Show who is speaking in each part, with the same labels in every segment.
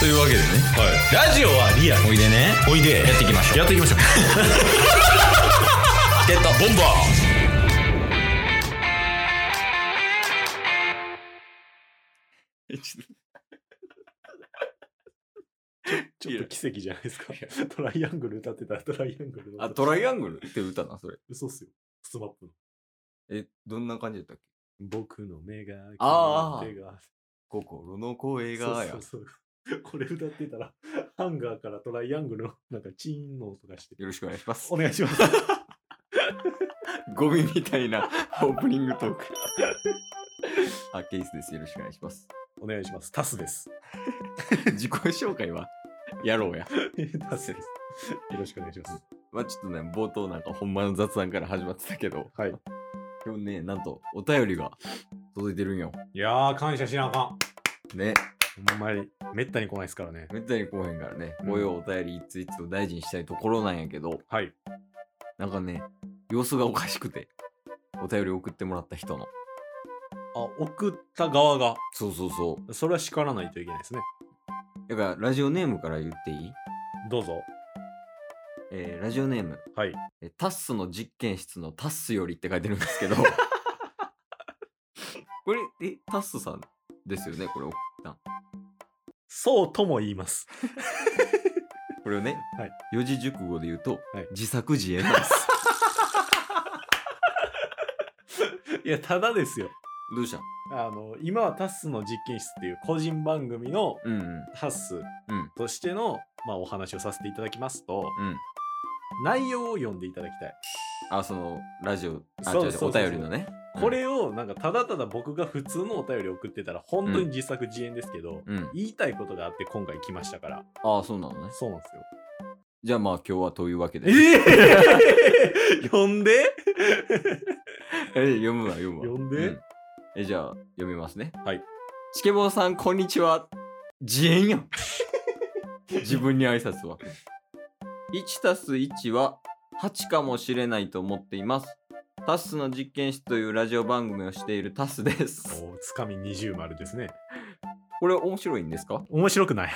Speaker 1: というわけでね
Speaker 2: はい。ラジオはリアル。
Speaker 1: おいでね
Speaker 2: おいで。
Speaker 1: やっていきましょう
Speaker 2: やっていきましょう。
Speaker 1: ゲットボンバ
Speaker 3: ちょっと奇跡じゃないですか。トライアングル歌ってたらトライアングルの。
Speaker 1: ーあトライアングルって歌なそれ
Speaker 3: 嘘っすよ。スマップの。
Speaker 1: えどんな感じだったっけ
Speaker 3: 僕の目が、
Speaker 1: あー
Speaker 3: 君の手が。
Speaker 1: 心の声がや
Speaker 3: そうそうそう。 これ歌ってたら、ハンガーからトライアングルのなんかチーンの音がして。
Speaker 1: よろしくお願いします
Speaker 3: お願いします。
Speaker 1: ゴミみたいなオープニングトークあケイスですよろしくお願いします
Speaker 3: お願いします。タスです。
Speaker 1: 自己紹介はやろうや
Speaker 3: タスです。よろしくお願いします。
Speaker 1: まあちょっとね冒頭なんかほんまの雑談から始まってたけど
Speaker 3: はい。
Speaker 1: 今日ねなんとお便りが届いてるんよ
Speaker 3: いやー、感謝しなあかん。
Speaker 1: ね
Speaker 3: ほんまに、めったに来ないですからね。
Speaker 1: めったに来おへんからね
Speaker 3: うん
Speaker 1: こういうお便りいついつを大事にしたいところなんやけど
Speaker 3: はい。
Speaker 1: なんかね様子がおかしくてお便り送ってもらった人の
Speaker 3: あ、送った側が、
Speaker 1: そうそうそ
Speaker 3: それは叱らないといけないですね。
Speaker 1: うだからラジオネームから言っていい
Speaker 3: どうぞ。
Speaker 1: えーラジオネーム
Speaker 3: はい。
Speaker 1: えタッスの実験室のタッスよりって書いてるんですけ どこれえタッスさんですよねこれ送ったん
Speaker 3: そうとも言います。
Speaker 1: これをね、
Speaker 3: はい
Speaker 1: 四字熟語で言うと、
Speaker 3: はい
Speaker 1: 自作自演なん です
Speaker 3: いや、ただですよ。
Speaker 1: どうした
Speaker 3: あの今はタッスの実験室っていう個人番組の
Speaker 1: うんうん
Speaker 3: タッス
Speaker 1: うん
Speaker 3: としての、まあ、お話をさせていただきますと
Speaker 1: うん
Speaker 3: 内容を読んでいただきたい、
Speaker 1: あそのラジオあ
Speaker 3: そ
Speaker 1: 違
Speaker 3: う
Speaker 1: う違う
Speaker 3: そうそ
Speaker 1: お
Speaker 3: う
Speaker 1: 便りのね
Speaker 3: これをなんかただただ僕が普通のお便り送ってたら本当に自作自演ですけど、
Speaker 1: うん、うん
Speaker 3: 言いたいことがあって今回来ましたから
Speaker 1: ああそうなのね
Speaker 3: そうなんですよ
Speaker 1: じゃあまあ今日はというわけで
Speaker 3: え 読んで
Speaker 1: え読むわ読むわ
Speaker 3: 読んで
Speaker 1: うえじゃあ読みますね
Speaker 3: はい
Speaker 1: チケボーさんこんにちは自演 やん自分に挨拶は1たす1は8かもしれないと思っていますタスの実験室というラジオ番組をしているタスです
Speaker 3: おつかみ二重丸ですね
Speaker 1: これ面白いんですか
Speaker 3: 面白くない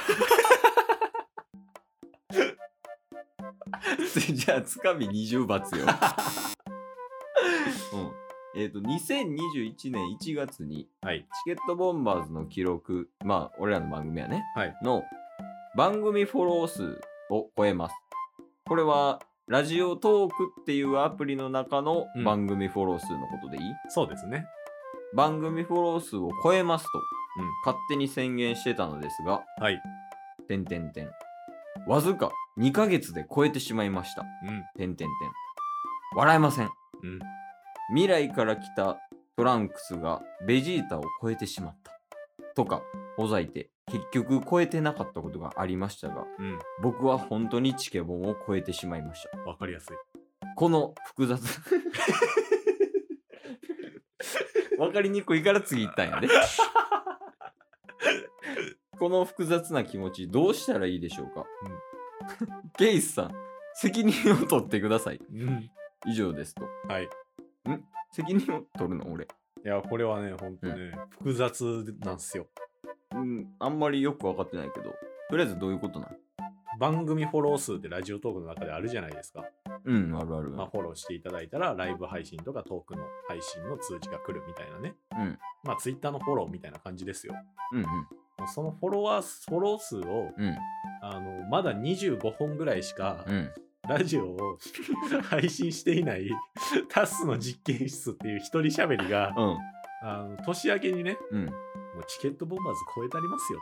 Speaker 1: じゃあつかみ20罰 ようんえっ、と2021年1月に
Speaker 3: はい
Speaker 1: チケットボンバーズの記録、まあ、俺らの番組やね、
Speaker 3: はい
Speaker 1: の番組フォロー数を超えます。これは、ラジオトークっていうアプリの中の
Speaker 3: うん
Speaker 1: 番組フォロー数のことでいい、
Speaker 3: そうですね
Speaker 1: 番組フォロー数を超えますと、
Speaker 3: うん
Speaker 1: 勝手に宣言してたのですが、
Speaker 3: はい
Speaker 1: てんてんてん。わずか2ヶ月で超えてしまいました。てんてんてん。笑えません。
Speaker 3: うんうん
Speaker 1: 未来から来たトランクスがベジータを超えてしまったとかほざいて結局超えてなかったことがありましたが
Speaker 3: うん
Speaker 1: 僕は本当にチケボンを超えてしまいました
Speaker 3: わかりやす
Speaker 1: この複 雑わかりにくいから次行ったんやねこの複雑な気持ちどうしたらいいでしょうか、 ケイスさん責任を取ってください
Speaker 3: い、うん、
Speaker 1: 以上ですと
Speaker 3: はい
Speaker 1: 責任を取るの俺
Speaker 3: いや、これはね、ほんとね、複雑なんすよ。
Speaker 1: うん、あんまりよく分かってないけど、とりあえずどういうことなん
Speaker 3: 番組フォロー数ってラジオトークの中であるじゃないですか。
Speaker 1: うん、あるある。
Speaker 3: まあ、フォローしていただいたら、ライブ配信とかトークの配信の通知が来るみたいなね。
Speaker 1: うん。
Speaker 3: まあ、ツイッターのフォローみたいな感じですよ。
Speaker 1: うん
Speaker 3: もうそのフォロワー数、フォロー数を、
Speaker 1: うん
Speaker 3: あの、まだ25本ぐらいしか
Speaker 1: うん、うん。
Speaker 3: ラジオを配信してい ない、タスの実験室っていう一人喋りが、
Speaker 1: うん、
Speaker 3: あの、年明けにね、
Speaker 1: うん。
Speaker 3: もうチケットボンバーズ超えてありますよ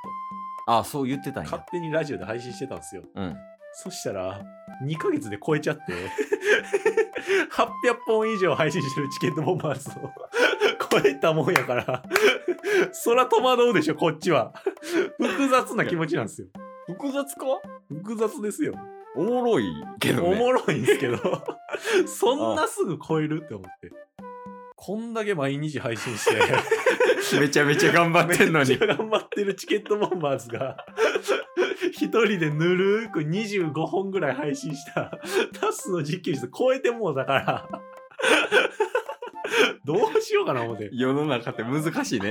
Speaker 1: あ、そう言ってたん
Speaker 3: と、勝
Speaker 1: や。
Speaker 3: 手にラジオで配信してたんですよ。
Speaker 1: うん。
Speaker 3: そしたら、2ヶ月で超えちゃって、800本以上配信してるチケットボンバーズを 超えたもんやから、そら戸惑うでしょ、こっちは。複雑な気持ちなんですよ。
Speaker 1: 複雑か
Speaker 3: 複雑ですよ。
Speaker 1: おもろいけど
Speaker 3: お
Speaker 1: ね。
Speaker 3: もろいんで すけど、そんなすぐ超えるって思って。こんだけ毎日配信して、
Speaker 1: めちゃ めちゃ頑張ってんの
Speaker 3: めっ
Speaker 1: に
Speaker 3: ち。ゃ頑張ってるチケットボンバーズが、 一人でぬるーく25本ぐらい配信したタスの実験室超えてもうだから、 どう しようかな思って。
Speaker 1: 世の中って難しいね。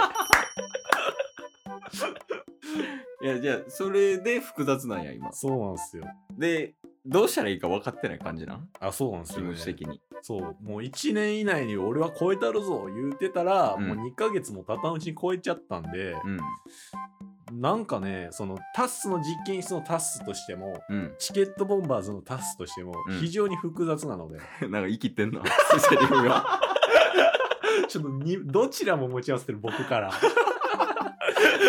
Speaker 1: いや、や、じゃあ、それで複雑なんや、今。
Speaker 3: そうなんですよ。
Speaker 1: で、どうしたらいいか分かってない感じなん
Speaker 3: あ、そうなんです
Speaker 1: 気
Speaker 3: よ、
Speaker 1: 持
Speaker 3: ね。
Speaker 1: ち的に。
Speaker 3: そう、もう1年以内に俺は超えたるぞ言うてたら、
Speaker 1: うん
Speaker 3: もう2ヶ月も経たんうちに超えちゃったんで、
Speaker 1: うん。
Speaker 3: なんかね、そのタッスの実験室のタッスとしても、
Speaker 1: うん。
Speaker 3: チケットボンバーズのタッスとしても
Speaker 1: うん
Speaker 3: 非常に複雑なので、
Speaker 1: なんか生きてんな。セリフが。
Speaker 3: ちょっとにどちらも持ち合わせてる僕から。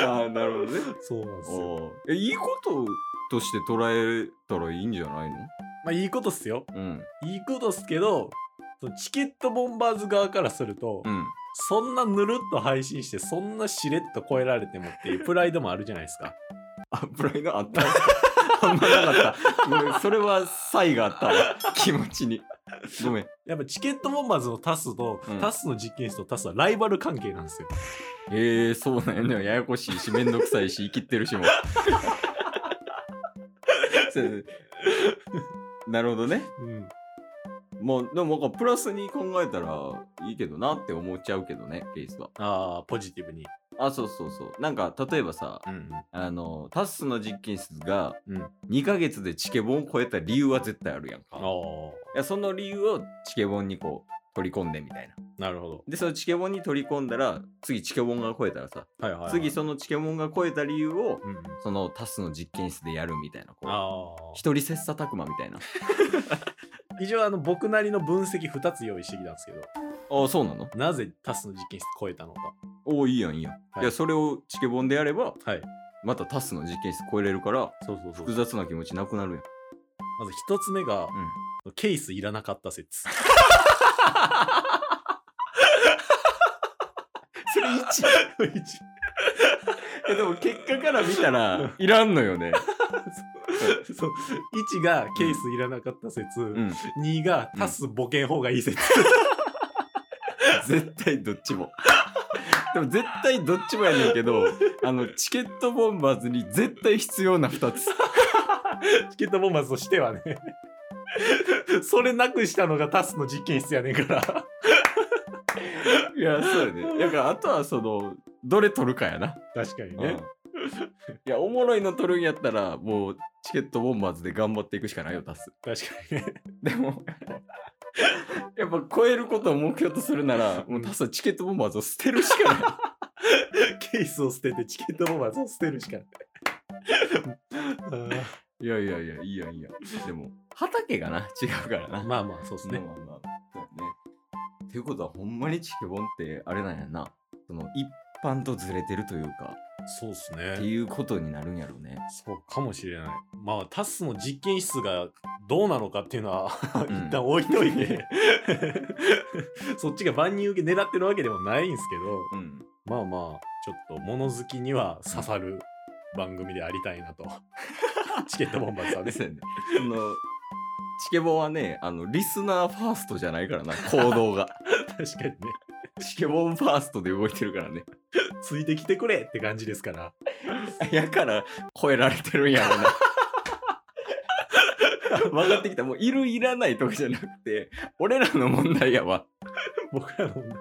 Speaker 1: ああ、なるほどね。
Speaker 3: そうなんですよ。
Speaker 1: おーえいいこととして捉えたらいいんじゃないの
Speaker 3: まあいいことっすよ。
Speaker 1: うん。
Speaker 3: いいことっすけど、そのチケットボンバーズ側からすると、
Speaker 1: うん。
Speaker 3: そんなぬるっと配信して、そんなしれっと超えられてもっていうプライドもあるじゃないですか。
Speaker 1: あ、プライドあった。 あんまなかった。ごめんそれは差異があった わ。気持ちに。ごめん。
Speaker 3: やっぱチケットボンバーズのタスと、
Speaker 1: うん
Speaker 3: タスの実験室とタスはライバル関係なんですよ。
Speaker 1: ええそうなんやね。ややこしいし、めんどくさいし、生きってる しも。そうそうなるほどね。
Speaker 3: うん。
Speaker 1: もう、でもなんかプラスに考えたらいいけどなって思っちゃうけどね、ケースは。
Speaker 3: ああ、ポジティブに。
Speaker 1: あ、そうそうそう。なんか、例えばさ、
Speaker 3: うん。
Speaker 1: あの、タッスの実験室が
Speaker 3: うん
Speaker 1: 2ヶ月でチケボンを超えた理由は絶対あるやんか。
Speaker 3: あ
Speaker 1: い
Speaker 3: あ、
Speaker 1: やその理由をチケボンにこう取り込んでみたいな。
Speaker 3: なるほど。
Speaker 1: で、そのチケボンに取り込んだら、次チケボンが超えたらさ、
Speaker 3: はいはい、はい。
Speaker 1: 次そのチケボンが超えた理由を、
Speaker 3: うんうん。
Speaker 1: そのタスの実験室でやるみたいな、こう、
Speaker 3: ああ。
Speaker 1: 一人切磋琢磨みたいな。
Speaker 3: 一応あの僕なりの分析2つ用意してきたんですけど
Speaker 1: ああ、そうなの
Speaker 3: なぜタスの実験室超えたのか
Speaker 1: おお、いいやん、いいやん。
Speaker 3: はい
Speaker 1: い、や、それをチケボンでやれば、
Speaker 3: はい
Speaker 1: またタスの実験室超えれるから、
Speaker 3: そうそうそう
Speaker 1: 複雑な気持ちなくなるやん。
Speaker 3: まず1つ目が、
Speaker 1: うん。
Speaker 3: ケースいらなかった説
Speaker 1: それ1。
Speaker 3: 一
Speaker 1: えでも結果から見たら、いらんのよね。
Speaker 3: そう1がケースいらなかった説、
Speaker 1: うん。
Speaker 3: 2がタスボケん方がいい説、
Speaker 1: 絶対どっちも。 でも絶対どっちもやねんけど、あの、チケットボンバーズに絶対必要な2つ。
Speaker 3: チケットボンバーズとしてはね それなくしたのがタスの実験室やねんから
Speaker 1: いや、そうやね。だから、あとはその、どれ取るかやな。
Speaker 3: 確かに
Speaker 1: う
Speaker 3: ね、
Speaker 1: んいや、おもろいの取るんやったら、もう、チケットボンバーズで頑張っていくしかないよ、タス。
Speaker 3: 確かにね
Speaker 1: でも、やっぱ超えることを目標とするなら、もうタスはチケットボンバーズを捨てるしかない。
Speaker 3: ケースを捨ててチケットボンバーズを捨てるしか ない
Speaker 1: いやいやいや、いいやんいいやん。でも、畑がな、違うから
Speaker 3: あ
Speaker 1: な。
Speaker 3: ーまあまあそうですね、
Speaker 1: まあまあまあ。そうやね。っていうことは、ほんまにチケボンって、あれなんやな。その、一般とずれてるというか、
Speaker 3: そうです
Speaker 1: って
Speaker 3: ね
Speaker 1: いうことになるんやろうね。
Speaker 3: そうかもしれない。まあタスの実験室がどうなのかっていうのは
Speaker 1: うん
Speaker 3: 一旦置いといて、そっちが万人受け狙ってるわけでもないんですけど
Speaker 1: うん。
Speaker 3: まあまあちょっと物好きには刺さる番組でありたいな とチケットボンバーズはね
Speaker 1: ですよね。その、チケボンはね、あの、リスナーファーストじゃないからな、行動 が。
Speaker 3: 確かにね
Speaker 1: チケボンファーストで動いてるからね。
Speaker 3: ついてきてくれって感じですから
Speaker 1: やから、超えられてるんやろ な。分かってきた。もう、いる、いらないとかじゃなくて、俺らの問題やわ。
Speaker 3: 僕らの問題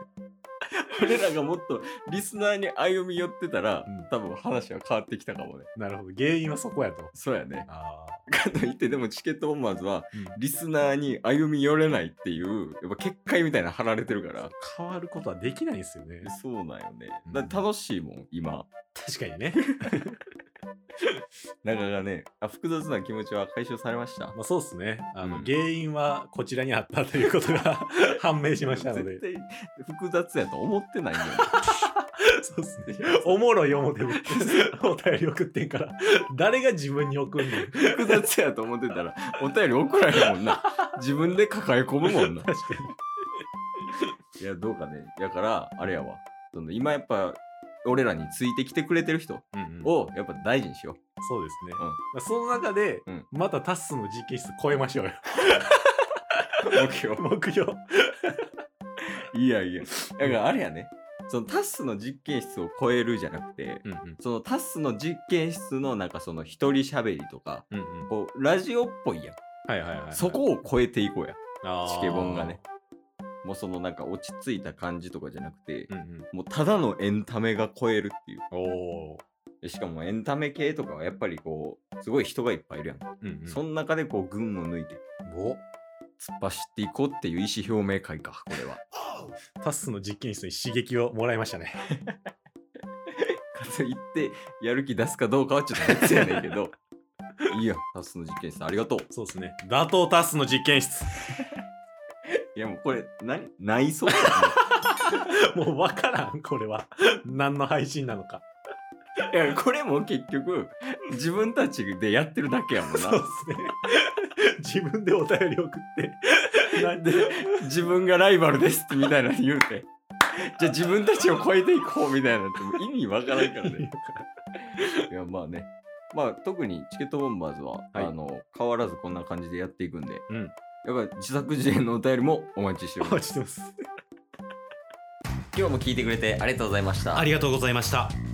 Speaker 1: 俺らがもっとリスナーに歩み寄ってたら、
Speaker 3: うん
Speaker 1: 多分話は変わってきたかもね。
Speaker 3: なるほど原因はそこやと
Speaker 1: そうやね。
Speaker 3: あ
Speaker 1: かといって、でもチケットボンバーズは、
Speaker 3: ー、うん
Speaker 1: リスナーに歩み寄れないっていう、やっぱ結界みたいなの張られてるから。
Speaker 3: 変わることはできないんですよね
Speaker 1: そうなんよね
Speaker 3: うん。
Speaker 1: だって楽しいもん、今。
Speaker 3: 確かにね
Speaker 1: なかなかね、あ複雑な気持ちは解消されました。
Speaker 3: まあ、そうですねあの、
Speaker 1: うん
Speaker 3: 原因はこちらにあったということが 判明しましたの で
Speaker 1: 絶対複雑やと思ってないんだよね。
Speaker 3: そうですねおもろい思てもお便り送ってんから誰が自分に送んねん
Speaker 1: 複雑やと思ってたら、お便り送らへんもんな。自分で抱え込むもんな。
Speaker 3: 確か
Speaker 1: いや、どうかね。だから、あれやわ。その今やっぱ、俺らについてきてくれてる人
Speaker 3: に、お
Speaker 1: をやっぱ大事にしよ
Speaker 3: そうですね、
Speaker 1: ん
Speaker 3: まあ、その中で、
Speaker 1: うん
Speaker 3: またタッスの実験室超えましょうよ
Speaker 1: う。目標。
Speaker 3: 目標
Speaker 1: いやいや。だからあれやね。そのタスの実験室を超えるじゃなくて、
Speaker 3: うんうん
Speaker 1: そのタスの実験室のなんかその一人喋りとか、
Speaker 3: うんうん
Speaker 1: こう、ラジオっぽいやん。
Speaker 3: はいはいはいはい
Speaker 1: そこを超えていこうや。
Speaker 3: あー
Speaker 1: チケボンがね。もうそのなんか落ち着いた感じとかじゃなくて
Speaker 3: う、んうん
Speaker 1: もうただのエンタメが超えるっていう。
Speaker 3: おー
Speaker 1: でしかもエンタメ系とかはやっぱりこう、すごい人がいっぱいいるやん。
Speaker 3: うん
Speaker 1: その中でこう、群を抜いて突
Speaker 3: お
Speaker 1: っ走っていこうっていう意思表明会か、これは。
Speaker 3: タッスの実験室に刺激をもらいましたね。
Speaker 1: かといって、やる気出すかどうかはちょっと別やねんけ ど。いいや、タスの実験室ありがとう。
Speaker 3: そうですね。打倒タッスの実験室。
Speaker 1: いやもうこれ、な、内装
Speaker 3: もうわからん、これは。何の配信なのか。
Speaker 1: いや、これも結局、自分たちでやってるだけやもん
Speaker 3: そうで
Speaker 1: な。
Speaker 3: すね。自分でお便り送って。なんで
Speaker 1: 自分がライバルですってみたいなの言うて。じゃあ自分たちを超えていこうみたいなってもう意味わからんからね。 いや、まあね。まあ特にチケットボンバーズは、
Speaker 3: はい
Speaker 1: あの、変わらずこんな感じでやっていくんで。
Speaker 3: うん
Speaker 1: やっぱり自作自演のお便りもお待ちしており
Speaker 3: お
Speaker 1: ま
Speaker 3: 待
Speaker 1: す。
Speaker 3: ちしてます。
Speaker 1: 今日も聞いてくれてありがとうございました。
Speaker 4: ありがとうございました。